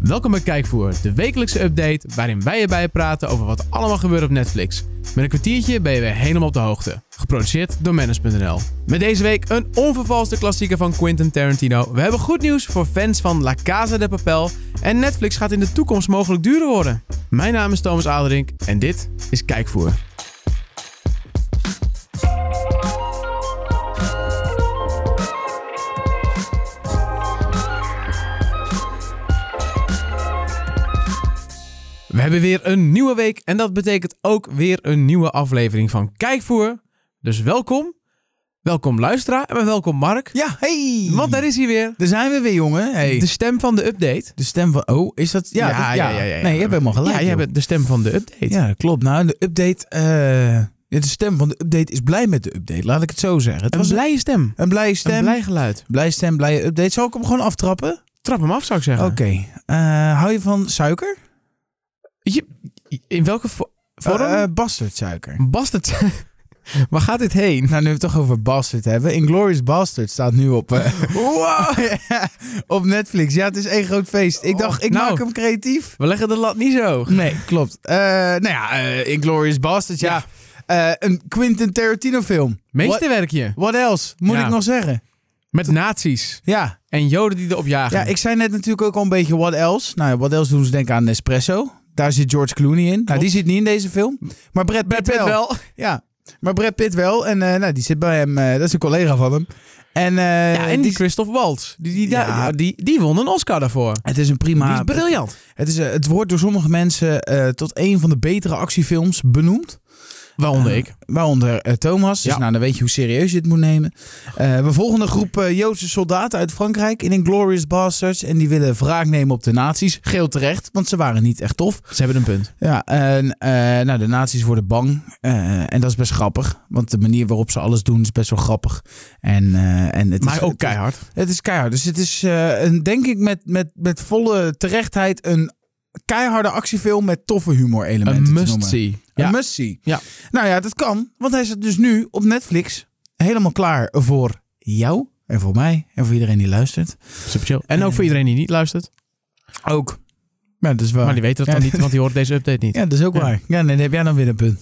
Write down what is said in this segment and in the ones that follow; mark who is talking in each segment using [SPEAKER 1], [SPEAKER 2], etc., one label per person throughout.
[SPEAKER 1] Welkom bij Kijkvoer, de wekelijkse update waarin wij erbij praten over wat allemaal gebeurt op Netflix. Met een kwartiertje ben je weer helemaal op de hoogte. Geproduceerd door Manage.nl. Met deze week een onvervalste klassieker van Quentin Tarantino. We hebben goed nieuws voor fans van La Casa de Papel. En Netflix gaat in de toekomst mogelijk duurder worden. Mijn naam is Thomas Aderink en dit is Kijkvoer. We hebben weer een nieuwe week en dat betekent ook weer een nieuwe aflevering van Kijkvoer. Dus welkom, welkom luisteraar en welkom Mark.
[SPEAKER 2] Ja, hey!
[SPEAKER 1] Want daar is hij weer,
[SPEAKER 2] Daar zijn we weer, jongen. Hey.
[SPEAKER 1] de
[SPEAKER 2] De,
[SPEAKER 1] stem van de update.
[SPEAKER 2] stem van... Oh, is dat... Ja, dat- Nee, je hebt helemaal gelijk.
[SPEAKER 1] Ja, je
[SPEAKER 2] joh.
[SPEAKER 1] hebt de stem van de update.
[SPEAKER 2] ja dat klopt. Nou, de update... eh, de stem van de update is blij met de update. Laat ik het zo zeggen. Het
[SPEAKER 1] een
[SPEAKER 2] was
[SPEAKER 1] blije stem.
[SPEAKER 2] een blije stem.
[SPEAKER 1] Een blij geluid.
[SPEAKER 2] Blij stem, blije update. Zal ik hem gewoon aftrappen?
[SPEAKER 1] Trap hem af, zou ik zeggen.
[SPEAKER 2] Oké. Eh, hou je van suiker?
[SPEAKER 1] Je- in welke vo- vorm?
[SPEAKER 2] Eh, eh, bastardsuiker.
[SPEAKER 1] Bastard. Waar gaat dit heen?
[SPEAKER 2] Nou, nu we het toch over Bastard hebben. Inglorious Bastard staat nu op, eh, op Netflix. Ja, het is één groot feest. Ik dacht, ik
[SPEAKER 1] Nou.
[SPEAKER 2] maak hem creatief.
[SPEAKER 1] We leggen de lat niet zo.
[SPEAKER 2] Nee, klopt. Eh, nou ja, eh, Inglorious Bastard, ja. Eh, een Quentin Tarantino film. What,
[SPEAKER 1] Meesterwerk je.
[SPEAKER 2] what else? Moet
[SPEAKER 1] Ja.
[SPEAKER 2] ik nog zeggen?
[SPEAKER 1] Met nazi's
[SPEAKER 2] Ja.
[SPEAKER 1] en joden die erop jagen.
[SPEAKER 2] ja, ik zei net natuurlijk ook al een beetje what else. Nou, ja, what else doen ze denken aan Nespresso. Daar zit George Clooney in. Nou, die zit niet in deze film. Maar Brad Pitt,
[SPEAKER 1] Brad Pitt
[SPEAKER 2] wel.
[SPEAKER 1] wel.
[SPEAKER 2] Ja, maar Brad Pitt wel. En eh, nou, die zit bij hem. eh, dat is een collega van hem. En, eh,
[SPEAKER 1] Ja, en die Christoph Waltz. Die, die,
[SPEAKER 2] Ja.
[SPEAKER 1] ja, die, die won een Oscar daarvoor.
[SPEAKER 2] Het is een prima...
[SPEAKER 1] die is briljant.
[SPEAKER 2] Het, is, eh, het wordt door sommige mensen eh, tot een van de betere actiefilms benoemd.
[SPEAKER 1] Waaronder
[SPEAKER 2] Eh,
[SPEAKER 1] ik.
[SPEAKER 2] Waaronder eh, Thomas. Dus
[SPEAKER 1] Ja.
[SPEAKER 2] nou, dan weet je hoe serieus je het moet nemen. Eh, we volgen een groep eh, Joodse soldaten uit Frankrijk in Inglorious Bastards. En die willen wraak nemen op de nazi's. Geel terecht, want ze waren niet echt tof.
[SPEAKER 1] Ze hebben een punt.
[SPEAKER 2] Ja, en eh, nou, de nazi's worden bang. Eh, en dat is best grappig. Want de manier waarop ze alles doen is best wel grappig. En, eh, en het is,
[SPEAKER 1] Maar ook
[SPEAKER 2] het is-
[SPEAKER 1] keihard.
[SPEAKER 2] Het is keihard. Dus het is, eh, een, denk ik, met, met, met volle terechtheid een keiharde actiefilm met toffe humorelementen
[SPEAKER 1] Een
[SPEAKER 2] te noemen.
[SPEAKER 1] must-see.
[SPEAKER 2] Een
[SPEAKER 1] Ja.
[SPEAKER 2] must-see.
[SPEAKER 1] Ja.
[SPEAKER 2] Nou ja, dat kan. Want hij zit dus nu op Netflix helemaal klaar voor jou en voor mij en voor iedereen die luistert.
[SPEAKER 1] Super chill. En ook voor iedereen die niet luistert.
[SPEAKER 2] Ook. Ja, dat is waar.
[SPEAKER 1] Maar die weet dat dan
[SPEAKER 2] Ja.
[SPEAKER 1] niet, want die hoort deze update niet.
[SPEAKER 2] Ja, dat is ook
[SPEAKER 1] Ja.
[SPEAKER 2] waar. Ja, nee, dan heb jij dan weer een punt.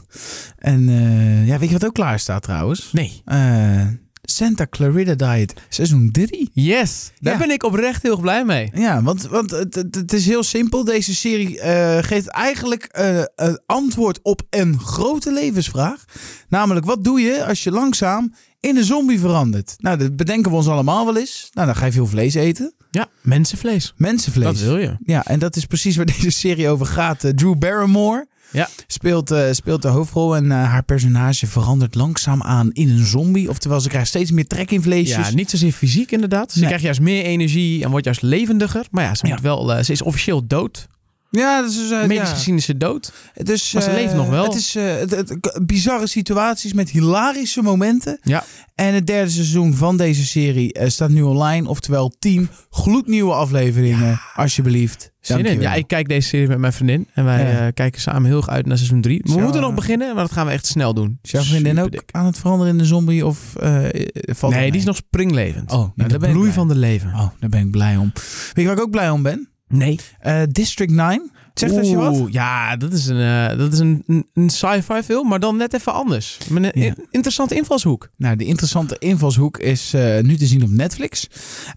[SPEAKER 2] En eh, ja, weet je wat ook klaar staat trouwens?
[SPEAKER 1] Nee.
[SPEAKER 2] Eh, Santa Clarita Diet, seizoen 3.
[SPEAKER 1] Yes. Daar
[SPEAKER 2] Ja.
[SPEAKER 1] ben ik oprecht heel blij mee.
[SPEAKER 2] Ja, want, want het, het, het is heel simpel. Deze serie eh, geeft eigenlijk eh, een antwoord op een grote levensvraag. Namelijk, wat doe je als je langzaam in een zombie verandert? Nou, dat bedenken we ons allemaal wel eens. Nou, dan ga je veel vlees eten.
[SPEAKER 1] Ja, mensenvlees.
[SPEAKER 2] Mensenvlees.
[SPEAKER 1] Dat wil je.
[SPEAKER 2] Ja, en dat is precies waar deze serie over gaat. Eh, Drew Barrymore
[SPEAKER 1] Ja.
[SPEAKER 2] speelt, eh, speelt de hoofdrol en eh, haar personage verandert langzaamaan in een zombie. Oftewel, ze krijgt steeds meer trek in vleesjes.
[SPEAKER 1] Ja, niet zozeer fysiek inderdaad. Ze
[SPEAKER 2] Nee.
[SPEAKER 1] krijgt juist meer energie en wordt juist levendiger. Maar ja, ze,
[SPEAKER 2] Ja.
[SPEAKER 1] Moet wel, eh, ze is officieel dood.
[SPEAKER 2] Ja, dat is... eh,
[SPEAKER 1] Medisch
[SPEAKER 2] ja.
[SPEAKER 1] gezien is ze dood.
[SPEAKER 2] Dus,
[SPEAKER 1] Maar ze
[SPEAKER 2] eh,
[SPEAKER 1] leeft nog wel.
[SPEAKER 2] Het is eh, het, het- k- bizarre situaties met hilarische momenten.
[SPEAKER 1] Ja.
[SPEAKER 2] En het derde seizoen van deze serie eh, staat nu online. Oftewel tien gloednieuwe afleveringen, alsjeblieft.
[SPEAKER 1] Zin in.
[SPEAKER 2] Dankjewel.
[SPEAKER 1] Ja, ik kijk deze serie met mijn vriendin. En wij
[SPEAKER 2] Ja.
[SPEAKER 1] eh, kijken samen heel erg uit naar seizoen 3. We
[SPEAKER 2] Zo,
[SPEAKER 1] moeten nog
[SPEAKER 2] eh,
[SPEAKER 1] beginnen, maar dat gaan we echt snel doen.
[SPEAKER 2] Is jouw vriendin ook
[SPEAKER 1] Superdik.
[SPEAKER 2] aan het veranderen in een zombie? Of, eh, eh, valt
[SPEAKER 1] Nee,
[SPEAKER 2] dat
[SPEAKER 1] die is
[SPEAKER 2] mee?
[SPEAKER 1] nog springlevend.
[SPEAKER 2] Oh, nou,
[SPEAKER 1] In de
[SPEAKER 2] daar ben ik
[SPEAKER 1] bloei
[SPEAKER 2] blij.
[SPEAKER 1] van de leven.
[SPEAKER 2] Oh, daar ben ik blij om. Weet je waar ik ook blij om ben?
[SPEAKER 1] Nee.
[SPEAKER 2] Eh, District 9. Zegt dat je wat?
[SPEAKER 1] Oeh, Ja, dat is een, eh, dat is een, een, een sci-fi film, maar dan net even anders. Met een
[SPEAKER 2] Ja.
[SPEAKER 1] in- interessante invalshoek.
[SPEAKER 2] Nou, de interessante invalshoek is eh, nu te zien op Netflix.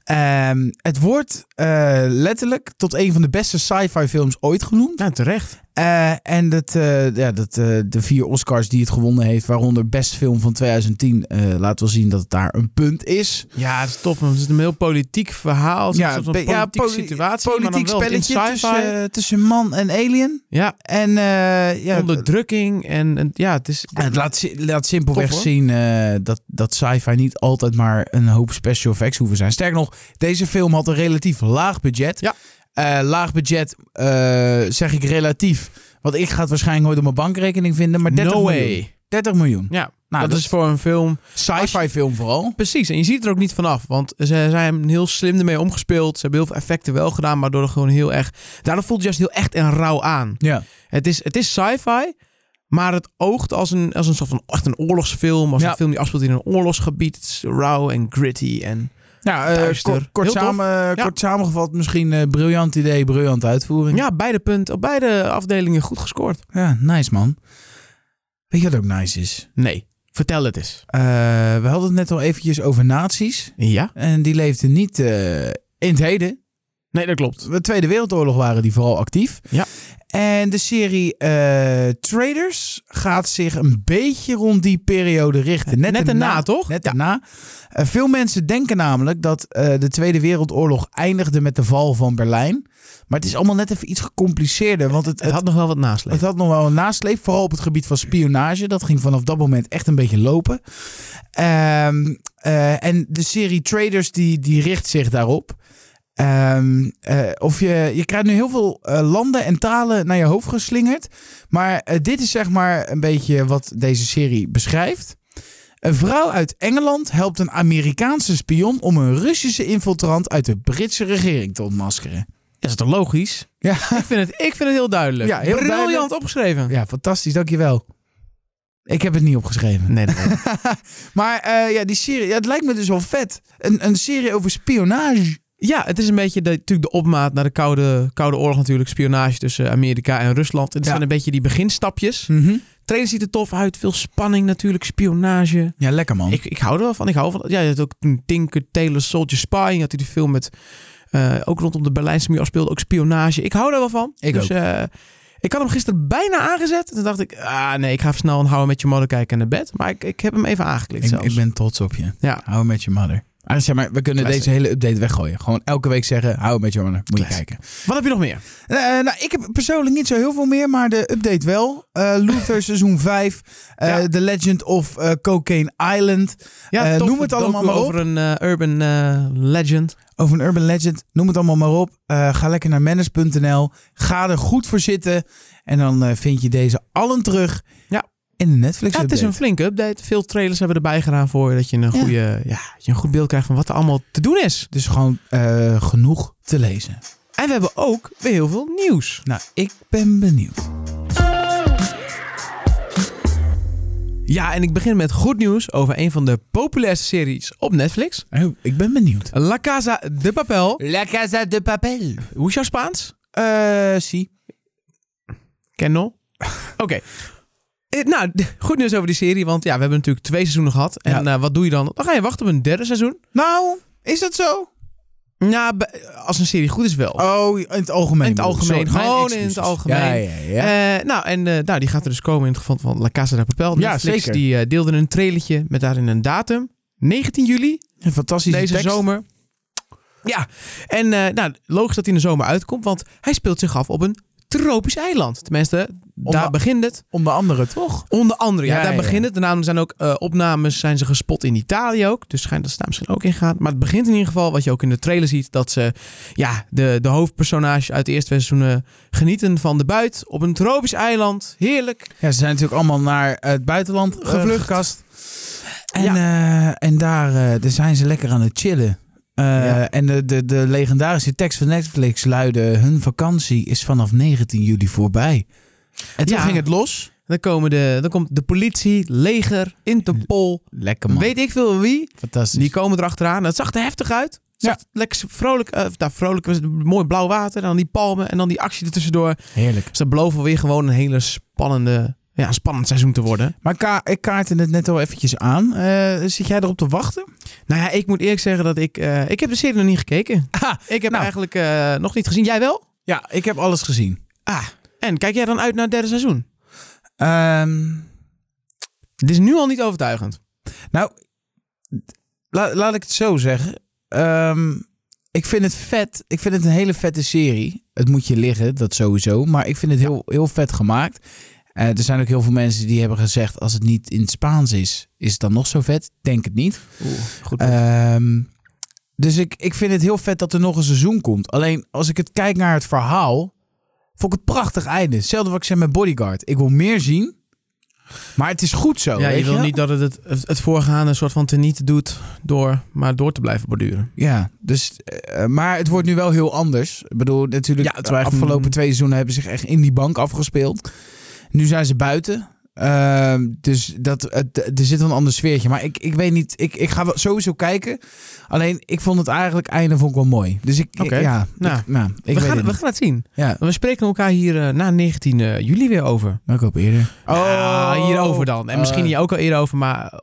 [SPEAKER 2] Ehm, het wordt eh, letterlijk tot een van de beste sci-fi films ooit genoemd.
[SPEAKER 1] Nou, terecht.
[SPEAKER 2] Eh, en dat, eh, ja, dat, eh, de vier Oscars die het gewonnen heeft, waaronder best film van 2010, eh, laat wel zien dat het daar een punt is.
[SPEAKER 1] Ja, het is tof. want Het is een heel politiek verhaal. Het is
[SPEAKER 2] Ja,
[SPEAKER 1] een soort van
[SPEAKER 2] be- ja,
[SPEAKER 1] politieke
[SPEAKER 2] poli-
[SPEAKER 1] situatie.
[SPEAKER 2] Politiek
[SPEAKER 1] maar dan wel in
[SPEAKER 2] spelletje tussen,
[SPEAKER 1] sci-fi.
[SPEAKER 2] eh, tussen man en alien.
[SPEAKER 1] Ja,
[SPEAKER 2] En eh, ja,
[SPEAKER 1] onderdrukking. En, en ja, het is...
[SPEAKER 2] het laat, si- laat simpelweg
[SPEAKER 1] Tof, hoor.
[SPEAKER 2] zien eh, dat, dat sci-fi niet altijd maar een hoop special effects hoeven zijn. Sterker nog, deze film had een relatief laag budget.
[SPEAKER 1] Ja.
[SPEAKER 2] Eh, laag budget eh, zeg ik relatief. Want ik ga het waarschijnlijk nooit op mijn bankrekening vinden. Maar 30
[SPEAKER 1] no
[SPEAKER 2] miljoen.
[SPEAKER 1] way.
[SPEAKER 2] 30 miljoen.
[SPEAKER 1] Ja,
[SPEAKER 2] Nou,
[SPEAKER 1] dat, is voor een film...
[SPEAKER 2] sci-fi film vooral.
[SPEAKER 1] Precies, en je ziet er ook niet vanaf. Want ze zijn heel slim ermee omgespeeld. Ze hebben heel veel effecten wel gedaan, maar door er gewoon heel erg... Daardoor voelt het juist heel echt en rauw aan.
[SPEAKER 2] Ja.
[SPEAKER 1] Het is, het is sci-fi, maar het oogt als een, als een soort van echt een oorlogsfilm. Als
[SPEAKER 2] Ja.
[SPEAKER 1] een film die afspeelt in een oorlogsgebied. Het is rauw en gritty en
[SPEAKER 2] Ja, eh,
[SPEAKER 1] Duister.
[SPEAKER 2] kort, kort
[SPEAKER 1] Heel tof.
[SPEAKER 2] samen, eh,
[SPEAKER 1] Ja.
[SPEAKER 2] kort samengevat misschien eh, briljant idee, briljante uitvoering.
[SPEAKER 1] Ja, beide punten, op beide afdelingen goed gescoord.
[SPEAKER 2] Ja, nice man. Weet je wat ook nice is?
[SPEAKER 1] Nee, vertel het eens.
[SPEAKER 2] Eh, we hadden het net al eventjes over nazi's.
[SPEAKER 1] Ja?
[SPEAKER 2] En die leefden niet eh, in het heden.
[SPEAKER 1] Nee, dat klopt.
[SPEAKER 2] De Tweede Wereldoorlog waren die vooral actief.
[SPEAKER 1] Ja.
[SPEAKER 2] En de serie eh, Traders gaat zich een beetje rond die periode richten. Net,
[SPEAKER 1] Net
[SPEAKER 2] erna,
[SPEAKER 1] erna, toch?
[SPEAKER 2] Net daarna. Eh, veel mensen denken namelijk dat eh, de Tweede Wereldoorlog eindigde met de val van Berlijn. Maar het is allemaal net even iets gecompliceerder. Want het,
[SPEAKER 1] Het had nog wel wat nasleep.
[SPEAKER 2] het had nog wel een nasleep, vooral op het gebied van spionage. Dat ging vanaf dat moment echt een beetje lopen. Ehm, eh, en de serie Traders die, die richt zich daarop. Ehm, eh, of je, je krijgt nu heel veel eh, landen en talen naar je hoofd geslingerd. Maar eh, dit is zeg maar een beetje wat deze serie beschrijft. Een vrouw uit Engeland helpt een Amerikaanse spion om een Russische infiltrant uit de Britse regering te ontmaskeren.
[SPEAKER 1] Is het toch logisch?
[SPEAKER 2] Ja.
[SPEAKER 1] Ik vind het, ik vind het heel duidelijk.
[SPEAKER 2] Ja, heel
[SPEAKER 1] Briljant
[SPEAKER 2] duidelijk.
[SPEAKER 1] opgeschreven.
[SPEAKER 2] Ja, fantastisch, dankjewel. Ik heb het niet opgeschreven.
[SPEAKER 1] Nee, nee, nee.
[SPEAKER 2] Maar eh, ja, die serie, ja, het lijkt me dus wel vet. Een, een serie over spionage.
[SPEAKER 1] ja, het is een beetje de, natuurlijk de opmaat naar de Koude, Koude Oorlog natuurlijk. Spionage tussen Amerika en Rusland. Het
[SPEAKER 2] Ja.
[SPEAKER 1] zijn een beetje die beginstapjes.
[SPEAKER 2] Mhm.
[SPEAKER 1] Trainer ziet er tof uit. Veel spanning natuurlijk. Spionage.
[SPEAKER 2] Ja, lekker man.
[SPEAKER 1] Ik, ik hou er wel van. Ik hou van. Ja, je had ook toen Tinker Taylor Soldier Spy. Je had die film met eh, ook rondom de Berlijnse muur afspeelde. Ook spionage. Ik hou daar wel van.
[SPEAKER 2] Ik
[SPEAKER 1] dus, eh, ik had hem gisteren bijna aangezet. En toen dacht ik, ah nee, ik ga even snel een houden met je modder kijken en naar bed. Maar ik, ik heb hem even aangeklikt
[SPEAKER 2] ik,
[SPEAKER 1] zelfs.
[SPEAKER 2] ik ben trots op je.
[SPEAKER 1] Ja.
[SPEAKER 2] Hou met je mother. Ah, zeg maar, we kunnen
[SPEAKER 1] Classic.
[SPEAKER 2] deze hele update weggooien. Gewoon elke week zeggen, hou met je mother. Moet je
[SPEAKER 1] Classic.
[SPEAKER 2] kijken.
[SPEAKER 1] Wat heb je nog meer?
[SPEAKER 2] Eh, nou, ik heb persoonlijk niet zo heel veel meer, maar de update wel. Eh, Luther seizoen 5. eh,
[SPEAKER 1] Ja.
[SPEAKER 2] The Legend of eh, Cocaine Island. Eh,
[SPEAKER 1] tof,
[SPEAKER 2] noem het
[SPEAKER 1] docu
[SPEAKER 2] allemaal maar op.
[SPEAKER 1] over een eh, urban eh, legend.
[SPEAKER 2] Over een urban legend. Noem het allemaal maar op. Eh, ga lekker naar manners.nl. Ga er goed voor zitten. En dan eh, vind je deze allen terug
[SPEAKER 1] Ja.
[SPEAKER 2] in de Netflix
[SPEAKER 1] Ja, het is
[SPEAKER 2] update.
[SPEAKER 1] een flinke update. Veel trailers hebben erbij gedaan voor je, dat je een,
[SPEAKER 2] Ja.
[SPEAKER 1] goede, ja, dat je een goed beeld krijgt van wat er allemaal te doen is.
[SPEAKER 2] Dus gewoon eh, genoeg te lezen.
[SPEAKER 1] En we hebben ook weer heel veel nieuws.
[SPEAKER 2] Nou, ik ben benieuwd.
[SPEAKER 1] Ja, en ik begin met goed nieuws over een van de populairste series op Netflix.
[SPEAKER 2] Oh, ik ben benieuwd.
[SPEAKER 1] La Casa de Papel.
[SPEAKER 2] La Casa de Papel.
[SPEAKER 1] Hoe is jouw Spaans?
[SPEAKER 2] Eh, zie.
[SPEAKER 1] Kennel. Oké. Eh, Nou, d- goed nieuws over die serie, want ja, we hebben natuurlijk twee seizoenen gehad. En eh, wat doe je dan? Dan ga je wachten op een derde seizoen.
[SPEAKER 2] Nou, is dat zo?
[SPEAKER 1] Nou, bij- als een serie goed is wel.
[SPEAKER 2] Oh, in het algemeen.
[SPEAKER 1] In het
[SPEAKER 2] bedoel ik.
[SPEAKER 1] algemeen,
[SPEAKER 2] Sorry, mijn
[SPEAKER 1] gewoon
[SPEAKER 2] excuses.
[SPEAKER 1] in het algemeen.
[SPEAKER 2] Ja, ja, ja.
[SPEAKER 1] Eh, nou, en eh, nou, die gaat er dus komen in het geval van La Casa de Papel.
[SPEAKER 2] Ja,
[SPEAKER 1] Netflix
[SPEAKER 2] zeker.
[SPEAKER 1] die eh, deelde een trailertje met daarin een datum. 19 juli,
[SPEAKER 2] Een fantastische
[SPEAKER 1] deze
[SPEAKER 2] tekst.
[SPEAKER 1] zomer. Ja, en eh, nou, logisch dat hij in de zomer uitkomt, want hij speelt zich af op een tropisch eiland. Tenminste, daar begint het.
[SPEAKER 2] Onder andere, toch?
[SPEAKER 1] Onder andere, ja,
[SPEAKER 2] Ja,
[SPEAKER 1] daar
[SPEAKER 2] ja.
[SPEAKER 1] begint het. Daarna zijn ook eh, opnames zijn ze gespot in Italië ook. Dus schijnt dat ze daar misschien ook in gaan. Maar het begint in ieder geval, wat je ook in de trailer ziet, dat ze ja, de, de hoofdpersonage uit de eerste twee seizoenen genieten van de buit op een tropisch eiland. Heerlijk.
[SPEAKER 2] Ja, ze zijn natuurlijk allemaal naar het buitenland
[SPEAKER 1] Gevlucht.
[SPEAKER 2] gevlucht. en, eh, en daar, eh, daar zijn ze lekker aan het chillen. Eh,
[SPEAKER 1] Ja.
[SPEAKER 2] En de, de, de legendarische tekst van Netflix luidde... hun vakantie is vanaf 19 juli voorbij. En toen
[SPEAKER 1] Ja.
[SPEAKER 2] ging het los.
[SPEAKER 1] Dan, komen de, dan komt de politie, leger, Interpol,
[SPEAKER 2] Lekker man.
[SPEAKER 1] weet ik veel wie.
[SPEAKER 2] Fantastisch.
[SPEAKER 1] Die komen erachteraan. Dat zag er heftig uit. Zag
[SPEAKER 2] Ja.
[SPEAKER 1] lekker vrolijk, eh, nou, vrolijk was het mooi blauw water. Dan die palmen en dan die actie ertussendoor.
[SPEAKER 2] Heerlijk.
[SPEAKER 1] Dus dat beloven weer gewoon een hele spannende, ja, spannend seizoen te worden.
[SPEAKER 2] Maar ka ik kaartte het net al eventjes aan. Eh, zit jij erop te wachten?
[SPEAKER 1] Nou ja, ik moet eerlijk zeggen dat ik... eh, ik heb de serie nog niet gekeken. Ik heb
[SPEAKER 2] nou.
[SPEAKER 1] eigenlijk eh, nog niet gezien. Jij wel?
[SPEAKER 2] Ja, ik heb alles gezien.
[SPEAKER 1] Ah, en kijk jij dan uit naar het derde seizoen?
[SPEAKER 2] Ehm,
[SPEAKER 1] Het is nu al niet overtuigend.
[SPEAKER 2] nou, la- laat ik het zo zeggen. Ehm, ik vind het vet. Ik vind het een hele vette serie. Het moet je liggen, dat sowieso. Maar ik vind het heel, heel vet gemaakt. Eh, er zijn ook heel veel mensen die hebben gezegd... als het niet in het Spaans is, is het dan nog zo vet? Denk het niet.
[SPEAKER 1] goed.
[SPEAKER 2] Ehm, dus ik, ik vind het heel vet dat er nog een seizoen komt. Alleen als ik het kijk naar het verhaal, vond ik het prachtig einde. Hetzelfde wat ik zei met Bodyguard. Ik wil meer zien, maar het is goed zo.
[SPEAKER 1] ja,
[SPEAKER 2] weet
[SPEAKER 1] je wil niet dat het het, het het voorgaande soort van teniet doet door maar door te blijven borduren.
[SPEAKER 2] Ja, dus, eh, maar het wordt nu wel heel anders. Ik bedoel, natuurlijk,
[SPEAKER 1] Ja, het
[SPEAKER 2] de
[SPEAKER 1] wordt echt-
[SPEAKER 2] afgelopen twee seizoenen hebben ze zich echt in die bank afgespeeld. Nu zijn ze buiten. Eh, Ehm, dus dat, het- er zit wel een ander sfeertje. Maar ik, ik weet niet, ik, ik ga wel sowieso kijken. Alleen, ik vond het eigenlijk einde vond ik wel mooi. Dus ik, ik-
[SPEAKER 1] Oké.
[SPEAKER 2] ja,
[SPEAKER 1] Nou,
[SPEAKER 2] ik, nou, ik
[SPEAKER 1] we,
[SPEAKER 2] weet
[SPEAKER 1] gaan,
[SPEAKER 2] het
[SPEAKER 1] we
[SPEAKER 2] niet.
[SPEAKER 1] gaan het zien.
[SPEAKER 2] Ja,
[SPEAKER 1] We spreken elkaar hier eh, na 19 eh, juli weer over.
[SPEAKER 2] maar ik hoop eerder.
[SPEAKER 1] Nou, hierover dan. En misschien
[SPEAKER 2] Oh.
[SPEAKER 1] hier ook al eerder over, maar eh,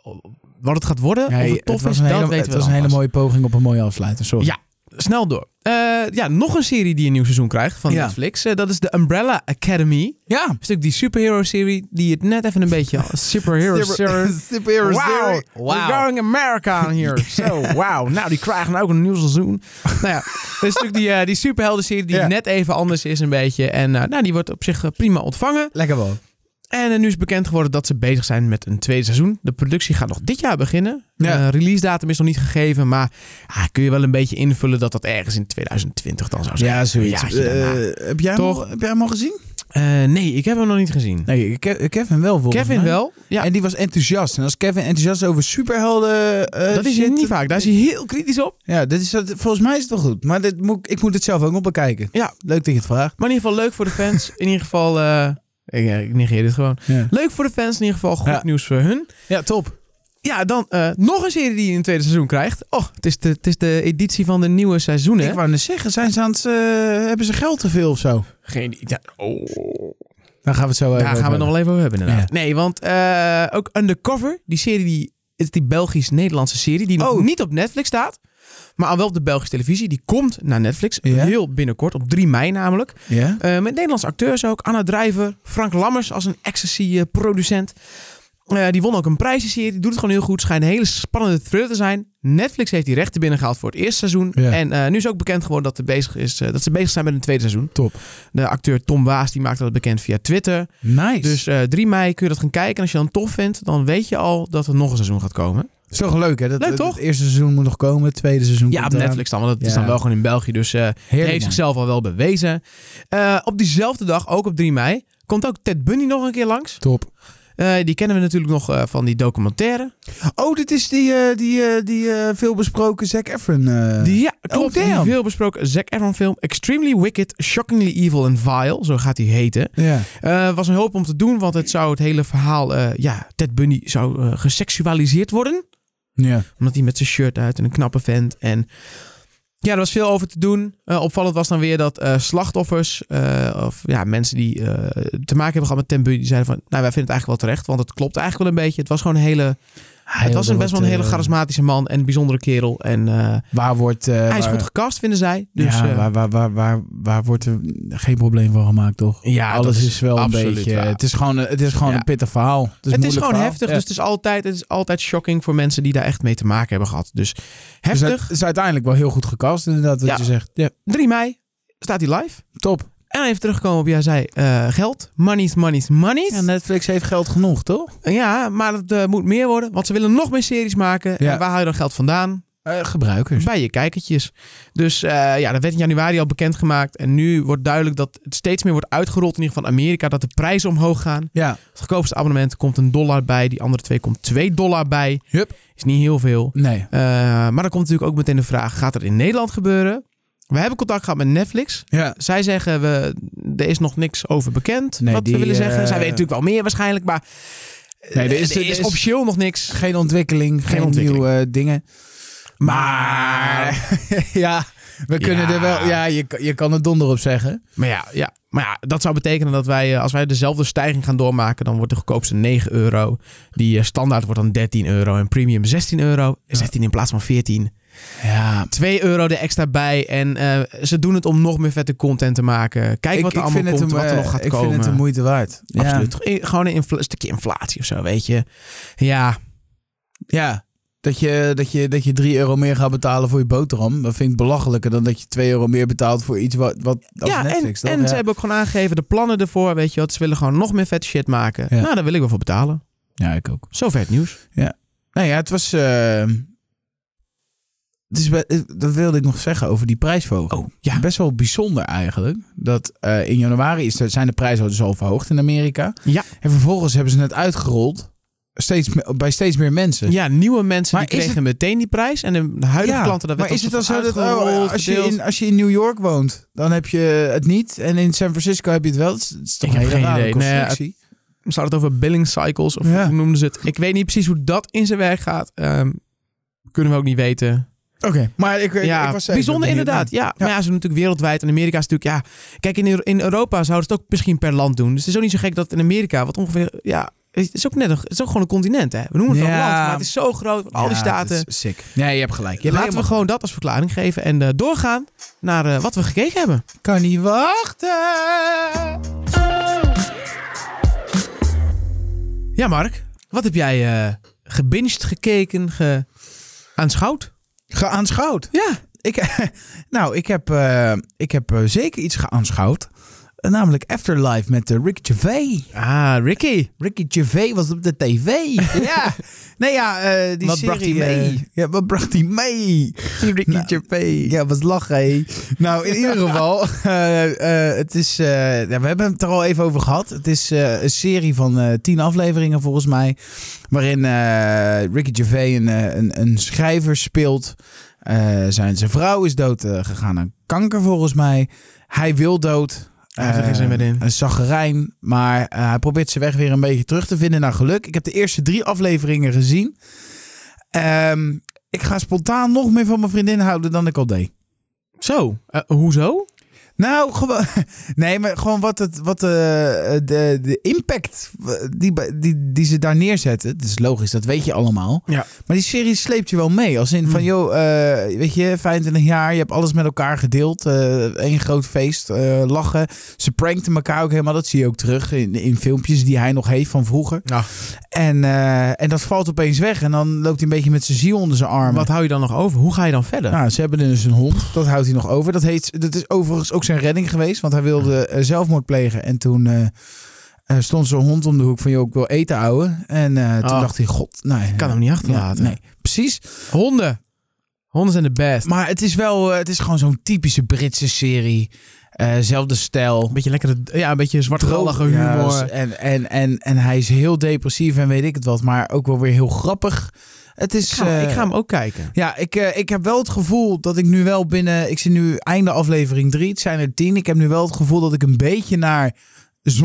[SPEAKER 1] wat het gaat worden,
[SPEAKER 2] Ja,
[SPEAKER 1] of het tof
[SPEAKER 2] was
[SPEAKER 1] is,
[SPEAKER 2] een
[SPEAKER 1] dat
[SPEAKER 2] hele,
[SPEAKER 1] weten
[SPEAKER 2] het
[SPEAKER 1] we
[SPEAKER 2] was
[SPEAKER 1] dan
[SPEAKER 2] een hele
[SPEAKER 1] pas.
[SPEAKER 2] mooie poging op een mooie afsluiter. Sorry.
[SPEAKER 1] Ja. Snel door. Eh, ja, nog een serie die een nieuw seizoen krijgt van
[SPEAKER 2] Ja.
[SPEAKER 1] Netflix. Eh, dat is de Umbrella Academy.
[SPEAKER 2] ja.
[SPEAKER 1] Een stuk die superhero-serie die het net even een beetje... Superhero-serie.
[SPEAKER 2] Superhero
[SPEAKER 1] Wow,
[SPEAKER 2] series.
[SPEAKER 1] we're going America on here. Zo, wow. Nou, die krijgen nou ook een nieuw seizoen. Nou ja, dat is natuurlijk die, eh, die superhelden-serie die
[SPEAKER 2] Ja.
[SPEAKER 1] net even anders is een beetje. En eh, nou, die wordt op zich eh, prima ontvangen.
[SPEAKER 2] Lekker wel.
[SPEAKER 1] En eh, nu is bekend geworden dat ze bezig zijn met een tweede seizoen. De productie gaat nog dit jaar beginnen.
[SPEAKER 2] Ja.
[SPEAKER 1] Eh, release datum is nog niet gegeven, maar ah, kun je wel een beetje invullen dat dat ergens in 2020 dan zou zijn.
[SPEAKER 2] Ja, zoiets.
[SPEAKER 1] Een jaartje daarna.
[SPEAKER 2] Eh, heb, jij hem
[SPEAKER 1] Toch?
[SPEAKER 2] al, heb jij hem al gezien?
[SPEAKER 1] Eh, nee, ik heb hem nog niet gezien.
[SPEAKER 2] Nee, ik heb- Kevin wel volgens
[SPEAKER 1] Kevin
[SPEAKER 2] mij.
[SPEAKER 1] wel. Ja,
[SPEAKER 2] En die was enthousiast. En als Kevin enthousiast over superhelden. eh,
[SPEAKER 1] dat is
[SPEAKER 2] shit,
[SPEAKER 1] niet vaak. Daar is hij heel kritisch op.
[SPEAKER 2] Ja, dit is, dat- volgens mij is het wel goed. Maar dit moet, ik- ik moet het zelf ook nog bekijken.
[SPEAKER 1] Ja.
[SPEAKER 2] Leuk dat je het vraagt.
[SPEAKER 1] Maar in ieder geval leuk voor de fans. In ieder geval, eh, ik, eh, ik negeer dit gewoon.
[SPEAKER 2] Ja,
[SPEAKER 1] Leuk voor de fans, in ieder geval goed
[SPEAKER 2] Ja.
[SPEAKER 1] nieuws voor hun.
[SPEAKER 2] top.
[SPEAKER 1] Ja, dan eh, nog een serie die een tweede seizoen krijgt. Oh, het is de, het is de editie van de nieuwe seizoen, hè?
[SPEAKER 2] Ik wou net zeggen, zijn ze aan het, eh, hebben ze geld te veel of zo?
[SPEAKER 1] Geen, ja, oh.
[SPEAKER 2] Daar gaan we het zo even
[SPEAKER 1] Daar gaan we het nog wel even over hebben, inderdaad.
[SPEAKER 2] Ja.
[SPEAKER 1] Nee, want eh, ook Undercover, die serie, die, is die Belgisch-Nederlandse serie, die nog
[SPEAKER 2] Oh.
[SPEAKER 1] niet op Netflix staat, maar al wel op de Belgische televisie. Die komt naar Netflix,
[SPEAKER 2] Ja.
[SPEAKER 1] heel binnenkort, op 3 mei namelijk.
[SPEAKER 2] Ja?
[SPEAKER 1] Eh, met Nederlandse acteurs ook. Anna Drijver, Frank Lammers als een ecstasy-producent. Eh, die won ook een prijs die serie. Die doet het gewoon heel goed. Schijnt een hele spannende thriller te zijn. Netflix heeft die rechten binnengehaald voor het eerste seizoen.
[SPEAKER 2] Ja.
[SPEAKER 1] En eh, nu is ook bekend geworden dat, er bezig is, eh, dat ze bezig zijn met een tweede seizoen.
[SPEAKER 2] Top.
[SPEAKER 1] De acteur Tom Waas die maakte dat bekend via Twitter.
[SPEAKER 2] Nice. Dus,
[SPEAKER 1] Dus eh 3 mei kun je dat gaan kijken. En als je dan tof vindt, dan weet je al dat er nog een seizoen gaat komen.
[SPEAKER 2] is toch leuk, hè? Dat,
[SPEAKER 1] Leuk,
[SPEAKER 2] dat-
[SPEAKER 1] toch?
[SPEAKER 2] Het eerste seizoen moet nog komen, het tweede seizoen
[SPEAKER 1] Ja, op
[SPEAKER 2] komt eraan.
[SPEAKER 1] Netflix dan. Want dat is
[SPEAKER 2] Ja.
[SPEAKER 1] dan wel gewoon in België. Dus eh, Die
[SPEAKER 2] Heerlijk,
[SPEAKER 1] heeft
[SPEAKER 2] man.
[SPEAKER 1] zichzelf al wel bewezen. Eh, op diezelfde dag, ook op 3 mei, komt ook Ted Bundy nog een keer langs.
[SPEAKER 2] Top.
[SPEAKER 1] Eh, die kennen we natuurlijk nog eh, van die documentaire.
[SPEAKER 2] Oh, dit is die, eh, die, eh, die eh, veelbesproken Zac Efron. eh.
[SPEAKER 1] Die, ja, klopt.
[SPEAKER 2] damn.
[SPEAKER 1] die veel besproken Zac Efron film. Extremely Wicked, Shockingly Evil and Vile. Zo gaat hij heten.
[SPEAKER 2] Ja.
[SPEAKER 1] Eh, was een hoop om te doen, want het zou het hele verhaal... eh, ja, Ted Bundy zou eh, geseksualiseerd worden.
[SPEAKER 2] Ja.
[SPEAKER 1] Omdat hij met zijn shirt uit en een knappe vent. En ja, er was veel over te doen. Eh, opvallend was dan weer dat eh, slachtoffers, eh, of ja, mensen die eh, te maken hebben gehad met Tembu, die zeiden van, nou, wij vinden het eigenlijk wel terecht, want het klopt eigenlijk wel een beetje. Het was gewoon een hele, het was een best wel een
[SPEAKER 2] eh,
[SPEAKER 1] hele charismatische man en een bijzondere kerel. En eh,
[SPEAKER 2] Waar wordt... eh,
[SPEAKER 1] hij is
[SPEAKER 2] waar-
[SPEAKER 1] goed gecast, vinden zij. Dus,
[SPEAKER 2] ja,
[SPEAKER 1] eh,
[SPEAKER 2] waar, waar, waar, waar, waar wordt er geen probleem van gemaakt, toch?
[SPEAKER 1] Ja, dat
[SPEAKER 2] alles is, wel een
[SPEAKER 1] absoluut
[SPEAKER 2] beetje.
[SPEAKER 1] waar.
[SPEAKER 2] Het is gewoon, een- het is gewoon
[SPEAKER 1] Ja.
[SPEAKER 2] een pittig verhaal. Het is,
[SPEAKER 1] het is
[SPEAKER 2] moeilijk
[SPEAKER 1] gewoon
[SPEAKER 2] verhaal.
[SPEAKER 1] heftig,
[SPEAKER 2] Ja.
[SPEAKER 1] dus het is, altijd, het is altijd shocking voor mensen die daar echt mee te maken hebben gehad. Dus
[SPEAKER 2] Dus het-
[SPEAKER 1] heftig,
[SPEAKER 2] het is uiteindelijk wel heel goed gecast, inderdaad, wat
[SPEAKER 1] Ja.
[SPEAKER 2] je zegt. Ja,
[SPEAKER 1] 3 mei staat hij live.
[SPEAKER 2] top.
[SPEAKER 1] En even terugkomen op, jij zei eh, geld. Money's, money's, money's.
[SPEAKER 2] Ja, Netflix heeft geld genoeg, toch?
[SPEAKER 1] Ja, maar het eh, moet meer worden, want ze willen nog meer series maken.
[SPEAKER 2] Ja.
[SPEAKER 1] En waar haal je dan geld vandaan?
[SPEAKER 2] Eh, gebruikers.
[SPEAKER 1] Bij je kijkertjes. Dus eh, ja, dat werd in januari al bekendgemaakt. En nu wordt duidelijk dat het steeds meer wordt uitgerold, in ieder geval van Amerika, dat de prijzen omhoog gaan.
[SPEAKER 2] Ja,
[SPEAKER 1] Het goedkoopste abonnement komt een dollar bij, die andere twee komt 2 dollar bij.
[SPEAKER 2] Hup.
[SPEAKER 1] Is niet heel veel.
[SPEAKER 2] nee.
[SPEAKER 1] Eh, maar dan komt natuurlijk ook meteen de vraag, gaat er in Nederland gebeuren? We hebben contact gehad met Netflix.
[SPEAKER 2] Ja.
[SPEAKER 1] Zij zeggen, we, er is nog niks over bekend,
[SPEAKER 2] Nee,
[SPEAKER 1] wat
[SPEAKER 2] die,
[SPEAKER 1] we willen zeggen. Zij
[SPEAKER 2] eh,
[SPEAKER 1] weten natuurlijk wel meer waarschijnlijk, maar eh,
[SPEAKER 2] Nee, er
[SPEAKER 1] er
[SPEAKER 2] is-
[SPEAKER 1] is,
[SPEAKER 2] er is-
[SPEAKER 1] officieel nog niks.
[SPEAKER 2] Geen ontwikkeling, geen,
[SPEAKER 1] ontwikkeling.
[SPEAKER 2] nieuwe eh, dingen.
[SPEAKER 1] Maar,
[SPEAKER 2] ja, we kunnen
[SPEAKER 1] Ja.
[SPEAKER 2] er wel. Ja, je, kan- je kan er donder op zeggen.
[SPEAKER 1] maar, ja, ja, maar ja, dat zou betekenen dat wij, eh, als wij dezelfde stijging gaan doormaken, dan wordt de goedkoopste 9 euro. Die eh, standaard wordt dan 13 euro en premium 16 euro. 16 in plaats van 14.
[SPEAKER 2] Ja,
[SPEAKER 1] 2 euro er extra bij. En eh, ze doen het om nog meer vette content te maken. Kijk wat er allemaal komt, en wat er
[SPEAKER 2] eh,
[SPEAKER 1] nog gaat
[SPEAKER 2] ik
[SPEAKER 1] komen.
[SPEAKER 2] vind het de moeite waard. Ja.
[SPEAKER 1] Absoluut. Ge- Gewoon een infla- stukje inflatie of zo, weet je. Ja,
[SPEAKER 2] Ja. Dat je, dat, je, dat je 3 euro meer gaat betalen voor je boterham. Dat vind ik belachelijker dan dat je 2 euro meer betaalt voor iets wat, wat als
[SPEAKER 1] ja
[SPEAKER 2] Netflix.
[SPEAKER 1] en,
[SPEAKER 2] toch?
[SPEAKER 1] en
[SPEAKER 2] ja.
[SPEAKER 1] ze hebben ook gewoon aangegeven de plannen ervoor, weet je wat. Ze willen gewoon nog meer vette shit maken.
[SPEAKER 2] Ja.
[SPEAKER 1] Nou, daar wil ik wel voor betalen.
[SPEAKER 2] ja, ik ook.
[SPEAKER 1] Zover het nieuws.
[SPEAKER 2] Nou ja, het was... eh, het is, be- dat wilde ik nog zeggen over die prijsverhoging.
[SPEAKER 1] Oh, ja.
[SPEAKER 2] Best wel bijzonder eigenlijk. Dat eh, in januari is, de- zijn de prijzen dus al verhoogd in Amerika.
[SPEAKER 1] Ja.
[SPEAKER 2] En vervolgens hebben ze het uitgerold steeds, me- bij steeds meer mensen.
[SPEAKER 1] Ja, nieuwe mensen
[SPEAKER 2] Maar
[SPEAKER 1] die
[SPEAKER 2] is
[SPEAKER 1] kregen meteen die prijs. En de huidige
[SPEAKER 2] Ja,
[SPEAKER 1] klanten, daar werd
[SPEAKER 2] maar is het dan
[SPEAKER 1] soort
[SPEAKER 2] zo
[SPEAKER 1] van
[SPEAKER 2] dat
[SPEAKER 1] uitgerold,
[SPEAKER 2] oh, als, je
[SPEAKER 1] gedeeld.
[SPEAKER 2] in, als je in New York woont, dan heb je het niet. En in San Francisco heb je het wel. Het is, het is toch
[SPEAKER 1] Ik
[SPEAKER 2] een
[SPEAKER 1] heb
[SPEAKER 2] hele
[SPEAKER 1] geen
[SPEAKER 2] rare
[SPEAKER 1] idee. Nee,
[SPEAKER 2] constructie.
[SPEAKER 1] ze hadden het over billing cycles of
[SPEAKER 2] Ja.
[SPEAKER 1] hoe noemden ze het. Ik weet niet precies hoe dat in zijn werk gaat. Ehm, kunnen we ook niet weten.
[SPEAKER 2] Oké, maar ik, ik-
[SPEAKER 1] ja,
[SPEAKER 2] ik was zeker
[SPEAKER 1] bijzonder
[SPEAKER 2] benieuwd.
[SPEAKER 1] inderdaad. Ja,
[SPEAKER 2] Ja.
[SPEAKER 1] maar ja, ze doen natuurlijk wereldwijd. En Amerika is natuurlijk, ja... Kijk, in, Eu- in Europa zouden ze het ook misschien per land doen. Dus het is ook niet zo gek dat in Amerika, wat ongeveer... Ja, het is ook net nog, het is ook gewoon een continent, hè. We noemen het wel
[SPEAKER 2] Ja.
[SPEAKER 1] een land, maar het is zo groot. met
[SPEAKER 2] Ja,
[SPEAKER 1] al die
[SPEAKER 2] dat
[SPEAKER 1] staten.
[SPEAKER 2] is sick. Nee, je hebt gelijk. Je hebt
[SPEAKER 1] Laten we
[SPEAKER 2] helemaal-
[SPEAKER 1] gewoon dat als verklaring geven en eh, doorgaan naar eh, wat we gekeken hebben.
[SPEAKER 2] Kan niet wachten.
[SPEAKER 1] Ja, Mark, wat heb jij eh, gebinged, gekeken, ge... aanschouwd?
[SPEAKER 2] Geaanschouwd.
[SPEAKER 1] Ja.
[SPEAKER 2] Ik, nou, ik heb, eh, ik heb eh, zeker iets geaanschouwd. Eh, namelijk Afterlife met eh, Ricky Gervais.
[SPEAKER 1] Ah, Ricky.
[SPEAKER 2] Ricky Gervais was op de tv. ja. Nee, ja, eh, die
[SPEAKER 1] Wat
[SPEAKER 2] serie...
[SPEAKER 1] bracht hij
[SPEAKER 2] eh,
[SPEAKER 1] mee?
[SPEAKER 2] ja, wat bracht hij mee?
[SPEAKER 1] Ricky
[SPEAKER 2] Nou, Ja, wat lachen, hé. Nou, in ieder geval, eh, eh, het is... eh, ja, we hebben het er al even over gehad. Het is eh, een serie van eh, tien afleveringen, volgens mij. Waarin eh, Ricky Gervais een, eh, een, een schrijver speelt. Eh, zijn, zijn vrouw is dood eh, gegaan aan kanker, volgens mij. Hij wil dood.
[SPEAKER 1] Hij heeft er geen
[SPEAKER 2] Eh,
[SPEAKER 1] zin meer in.
[SPEAKER 2] Een zaggerijn. Maar eh, hij probeert zijn weg weer een beetje terug te vinden naar geluk. Ik heb de eerste drie afleveringen gezien. Ehm, ik ga spontaan nog meer van mijn vriendin houden dan ik al deed.
[SPEAKER 1] Zo, eh, hoezo?
[SPEAKER 2] Nou, gewoon. Nee, maar gewoon wat, het, wat eh, de, de impact die, die, die ze daar neerzetten. Het is logisch, dat weet je allemaal.
[SPEAKER 1] Ja.
[SPEAKER 2] Maar die serie sleept je wel mee. Als in van,
[SPEAKER 1] Hmm.
[SPEAKER 2] joh, eh, weet je, 25 jaar, je hebt alles met elkaar gedeeld. Eén groot feest, eh, lachen. Ze prankten elkaar ook helemaal. Dat zie je ook terug in, in filmpjes die hij nog heeft van vroeger.
[SPEAKER 1] Ja.
[SPEAKER 2] En, eh, en dat valt opeens weg. En dan loopt hij een beetje met zijn ziel onder zijn armen.
[SPEAKER 1] Wat hou je dan nog over? Hoe ga je dan verder?
[SPEAKER 2] Nou, ze hebben dus een hond. Dat houdt hij nog over. Dat, heet, dat is overigens ook zijn redding geweest. Want hij wilde eh, zelfmoord plegen. En toen eh, eh, stond zo'n hond om de hoek van... joh, ik wil eten, ouwe. En eh, toen
[SPEAKER 1] Oh.
[SPEAKER 2] dacht hij, god, nee.
[SPEAKER 1] ik kan hem niet
[SPEAKER 2] ja,
[SPEAKER 1] achterlaten.
[SPEAKER 2] nee, precies.
[SPEAKER 1] Honden. Honden zijn de best.
[SPEAKER 2] Maar het is wel, eh, het is gewoon zo'n typische Britse serie. Eh, zelfde stijl.
[SPEAKER 1] Een beetje lekkere, ja, een beetje zwartgallige
[SPEAKER 2] Droog, ja,
[SPEAKER 1] humor.
[SPEAKER 2] dus- en, en, en, en hij is heel depressief en weet ik het wat. Maar ook wel weer heel grappig. Het is,
[SPEAKER 1] ik, ga, ik
[SPEAKER 2] eh,
[SPEAKER 1] ga hem ook kijken.
[SPEAKER 2] Ja, ik, eh, ik heb wel het gevoel dat ik nu wel binnen. Ik zit nu einde aflevering 3. Het zijn er 10. Ik heb nu wel het gevoel dat ik een beetje naar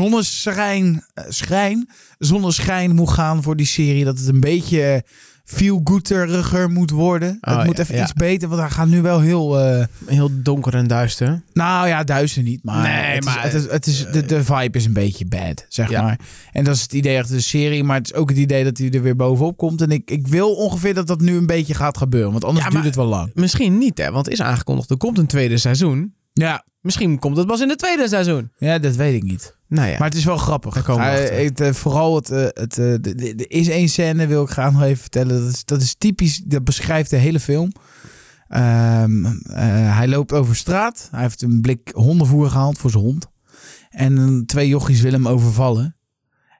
[SPEAKER 2] zonneschijn, eh, schijn, zonneschijn moet gaan voor die serie. Dat het een beetje feel gooderiger moet worden.
[SPEAKER 1] Oh,
[SPEAKER 2] het moet
[SPEAKER 1] ja,
[SPEAKER 2] even
[SPEAKER 1] ja.
[SPEAKER 2] iets beter, want hij gaat nu wel heel. eh,
[SPEAKER 1] Heel donker en duister.
[SPEAKER 2] nou ja, duizend niet, maar,
[SPEAKER 1] Nee,
[SPEAKER 2] het
[SPEAKER 1] maar-
[SPEAKER 2] is, het is, het is, de, de vibe is een beetje bad, zeg
[SPEAKER 1] Ja.
[SPEAKER 2] maar. En dat is het idee achter de serie, maar het is ook het idee dat hij er weer bovenop komt. En ik, ik wil ongeveer dat dat nu een beetje gaat gebeuren, want anders
[SPEAKER 1] Ja,
[SPEAKER 2] duurt
[SPEAKER 1] maar-
[SPEAKER 2] het wel lang.
[SPEAKER 1] Misschien niet, hè? Want het is aangekondigd, er komt een tweede seizoen.
[SPEAKER 2] Ja,
[SPEAKER 1] Misschien komt het pas in het tweede seizoen.
[SPEAKER 2] ja dat weet ik niet.
[SPEAKER 1] Nou ja.
[SPEAKER 2] Maar het is wel grappig.
[SPEAKER 1] Daar komen we
[SPEAKER 2] Hij-
[SPEAKER 1] achter.
[SPEAKER 2] het, eh, vooral het, eh, het eh, de- de- er is één scène, wil ik graag nog even vertellen. Dat is, dat is typisch, dat beschrijft de hele film. Ehm, eh, hij loopt over straat. Hij heeft een blik hondenvoer gehaald voor zijn hond. En eh, twee jochies willen hem overvallen.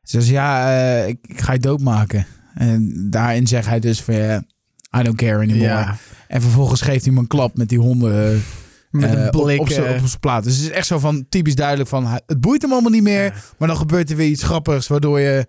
[SPEAKER 2] Ze zegt, ja, eh, ik, ik ga je doodmaken. En daarin zegt hij dus van, ja, I don't care anymore.
[SPEAKER 1] ja.
[SPEAKER 2] En vervolgens geeft hij hem een klap met die honden eh,
[SPEAKER 1] Met
[SPEAKER 2] eh,
[SPEAKER 1] een
[SPEAKER 2] op-
[SPEAKER 1] blik.
[SPEAKER 2] op zijn
[SPEAKER 1] eh,
[SPEAKER 2] op zijn plaat. Dus het is echt zo van typisch duidelijk van hij- het boeit hem allemaal niet meer.
[SPEAKER 1] Ja.
[SPEAKER 2] Maar dan gebeurt er weer iets grappigs waardoor je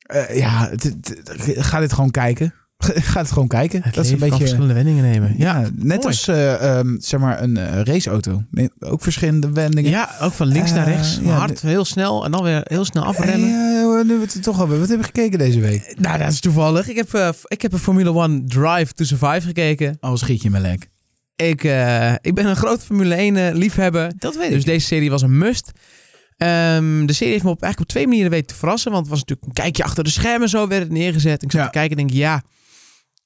[SPEAKER 2] eh, ja, het- het- het- ga dit gewoon kijken. Ga dit gewoon kijken.
[SPEAKER 1] het
[SPEAKER 2] dat is
[SPEAKER 1] leven
[SPEAKER 2] een
[SPEAKER 1] kan
[SPEAKER 2] beetje
[SPEAKER 1] verschillende wendingen nemen. Ja.
[SPEAKER 2] ja, net
[SPEAKER 1] Mooi.
[SPEAKER 2] als eh, ehm, zeg maar een eh, raceauto. Nee, Ook verschillende wendingen.
[SPEAKER 1] ja, ook van links naar
[SPEAKER 2] Eh,
[SPEAKER 1] rechts.
[SPEAKER 2] ja,
[SPEAKER 1] Hard, heel snel en dan weer heel snel afremmen.
[SPEAKER 2] Hey, eh, nu we het er toch hebben. Wat hebben we gekeken deze week?
[SPEAKER 1] Nou, dat is toevallig. Ik heb, eh, ik heb een Formule 1 Drive to Survive gekeken.
[SPEAKER 2] Al schiet je me lek.
[SPEAKER 1] Ik, eh, ik ben een groot Formule 1 eh, liefhebber.
[SPEAKER 2] Dat weet
[SPEAKER 1] Dus deze serie was een must. Ehm, de serie heeft me op, eigenlijk op twee manieren weten te verrassen. Want het was natuurlijk een kijkje achter de schermen. Zo werd het neergezet. En ik zat
[SPEAKER 2] Ja.
[SPEAKER 1] te kijken en denk ja...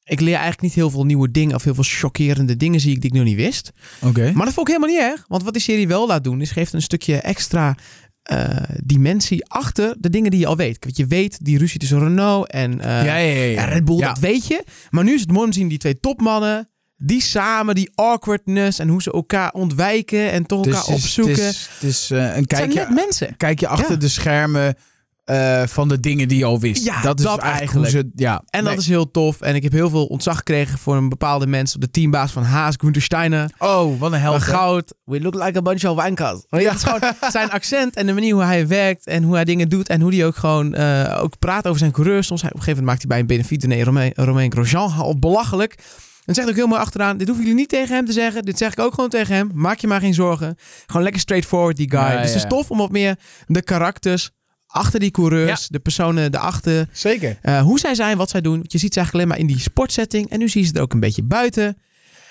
[SPEAKER 1] Ik leer eigenlijk niet heel veel nieuwe dingen. Of heel veel chockerende dingen zie ik die ik nog niet wist.
[SPEAKER 2] Oké.
[SPEAKER 1] Maar dat vond ik helemaal niet erg. Want wat die serie wel laat doen, is geeft een stukje extra eh, dimensie achter de dingen die je al weet. Want je weet die ruzie tussen Renault en eh,
[SPEAKER 2] ja, ja,
[SPEAKER 1] ja, Red Bull, dat weet je. Maar nu is het mooi om te zien die twee topmannen. Die samen, die awkwardness en hoe ze elkaar ontwijken en toch
[SPEAKER 2] Dus
[SPEAKER 1] elkaar
[SPEAKER 2] het is-
[SPEAKER 1] opzoeken.
[SPEAKER 2] Het is, het is, eh, een
[SPEAKER 1] het zijn
[SPEAKER 2] kijkje
[SPEAKER 1] net mensen.
[SPEAKER 2] kijk je achter
[SPEAKER 1] Ja.
[SPEAKER 2] de schermen eh, van de dingen die je al wist.
[SPEAKER 1] Ja,
[SPEAKER 2] dat is
[SPEAKER 1] dat
[SPEAKER 2] eigenlijk. hoe ze- ja.
[SPEAKER 1] En
[SPEAKER 2] Nee.
[SPEAKER 1] dat is heel tof. En ik heb heel veel ontzag gekregen voor een bepaalde mens. De teambaas van Haas, Gunther Steiner.
[SPEAKER 2] Oh, wat een
[SPEAKER 1] Van
[SPEAKER 2] held. hè?
[SPEAKER 1] goud. We look like a bunch of wankers. Ja. Het is gewoon zijn accent en de manier hoe hij werkt. En hoe hij dingen doet. En hoe hij ook gewoon eh, ook praat over zijn coureurs. Soms hij, op een gegeven moment maakt hij bij een benefiet nee, Romain, Romain Grosjean al belachelijk. En zegt ook heel mooi achteraan. Dit hoeven jullie niet tegen hem te zeggen. Dit zeg ik ook gewoon tegen hem. Maak je maar geen zorgen. Gewoon lekker straightforward die guy.
[SPEAKER 2] Ja,
[SPEAKER 1] dus het is
[SPEAKER 2] ja.
[SPEAKER 1] tof om wat meer de karakters achter die coureurs, de personen daarachter.
[SPEAKER 2] Zeker.
[SPEAKER 1] Eh, hoe zij zijn, wat zij doen. Want je ziet ze eigenlijk alleen maar in die sportsetting. En nu zie je ze er ook een beetje buiten.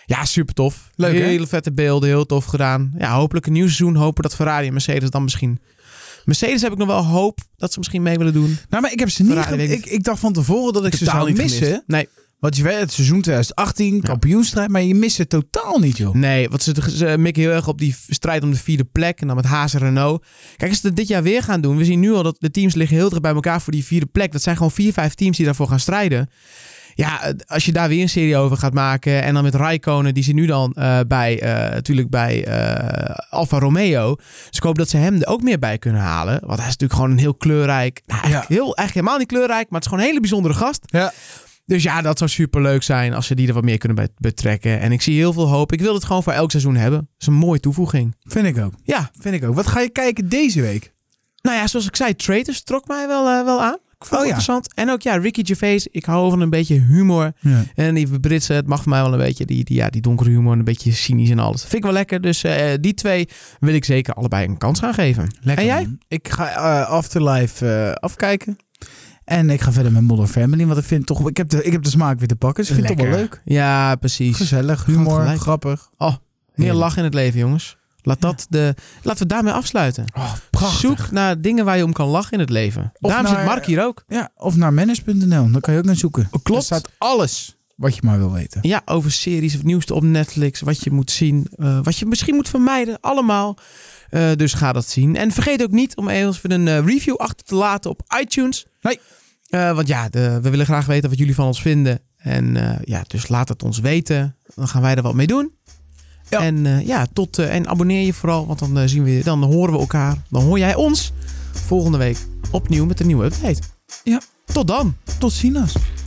[SPEAKER 1] Ja, super tof.
[SPEAKER 2] Leuk, hè?
[SPEAKER 1] Hele vette beelden, heel tof gedaan. Ja, hopelijk een nieuw seizoen. Hopen dat Ferrari en Mercedes dan misschien... Mercedes heb ik nog wel hoop dat ze misschien mee willen doen.
[SPEAKER 2] Nou, maar ik heb ze niet.
[SPEAKER 1] Ferrari
[SPEAKER 2] gem-
[SPEAKER 1] weet ik
[SPEAKER 2] ik, ik dacht van tevoren dat ik ze
[SPEAKER 1] Totaal
[SPEAKER 2] zou
[SPEAKER 1] niet
[SPEAKER 2] missen.
[SPEAKER 1] gemist. Nee,
[SPEAKER 2] Want je weet, het seizoen 2018, kampioenstrijd, maar je mist het totaal niet, joh.
[SPEAKER 1] nee, want ze, ze mikken heel erg op die v- strijd om de vierde plek. En dan met Haas en Renault. Kijk, als ze dat dit jaar weer gaan doen. We zien nu al dat de teams liggen heel dicht bij elkaar voor die vierde plek. Dat zijn gewoon vier, vijf teams die daarvoor gaan strijden. Ja, eh, als je daar weer een serie over gaat maken. En dan met Raikkonen, die zit nu dan eh, bij, eh, natuurlijk bij eh, Alfa Romeo. Dus ik hoop dat ze hem er ook meer bij kunnen halen. Want hij is natuurlijk gewoon een heel kleurrijk. Nou, eigenlijk, heel, eigenlijk helemaal niet kleurrijk, maar het is gewoon een hele bijzondere gast.
[SPEAKER 2] Ja.
[SPEAKER 1] Dus ja, dat zou superleuk zijn als ze die er wat meer kunnen bij betrekken. En ik zie heel veel hoop. Ik wil het gewoon voor elk seizoen hebben. Dat is een mooie toevoeging.
[SPEAKER 2] Vind ik ook.
[SPEAKER 1] Ja,
[SPEAKER 2] Vind ik ook. Wat ga je kijken deze week?
[SPEAKER 1] nou ja, zoals ik zei, Traitors trok mij wel, eh, wel aan. Ik vond het
[SPEAKER 2] Oh ja.
[SPEAKER 1] interessant. En ook ja, Ricky Gervais. Ik hou van een beetje humor.
[SPEAKER 2] Ja.
[SPEAKER 1] En die Britse, het mag voor mij wel een beetje die, die, ja, die donkere humor, een beetje cynisch en alles. Vind ik wel lekker. Dus eh, die twee wil ik zeker allebei een kans gaan geven.
[SPEAKER 2] Lekker,
[SPEAKER 1] en jij?
[SPEAKER 2] man. Ik ga eh, Afterlife eh, afkijken. En ik ga verder met Modern Family, want ik vind toch, ik heb de, ik heb de smaak weer te pakken. Dus ik vind het toch wel leuk.
[SPEAKER 1] Ja, precies.
[SPEAKER 2] Gezellig,
[SPEAKER 1] Gaat
[SPEAKER 2] humor,
[SPEAKER 1] gelijk.
[SPEAKER 2] grappig.
[SPEAKER 1] Meer
[SPEAKER 2] Heerlijk.
[SPEAKER 1] lach in het leven, jongens. Laat dat de, laten we daarmee afsluiten.
[SPEAKER 2] Oh,
[SPEAKER 1] Zoek naar dingen waar je om kan lachen in het leven.
[SPEAKER 2] Of
[SPEAKER 1] Daarom
[SPEAKER 2] naar-
[SPEAKER 1] zit Mark hier ook.
[SPEAKER 2] Ja, of naar manage.nl, daar kan je ook naar zoeken. Daar staat alles wat je maar wil weten.
[SPEAKER 1] Ja, over series, het nieuwste op Netflix, wat je moet zien, eh, wat je misschien moet vermijden, allemaal. Eh, dus ga dat zien. En vergeet ook niet om even een eh, review achter te laten op iTunes.
[SPEAKER 2] Nee.
[SPEAKER 1] Eh, want ja, de- we willen graag weten wat jullie van ons vinden. En eh, ja, dus laat het ons weten. Dan gaan wij er wat mee doen.
[SPEAKER 2] Ja.
[SPEAKER 1] En eh, ja, tot eh, en abonneer je vooral, want dan eh, zien we, dan horen we elkaar. Dan hoor jij ons volgende week opnieuw met een nieuwe update.
[SPEAKER 2] Ja.
[SPEAKER 1] Tot dan.
[SPEAKER 2] Tot ziens.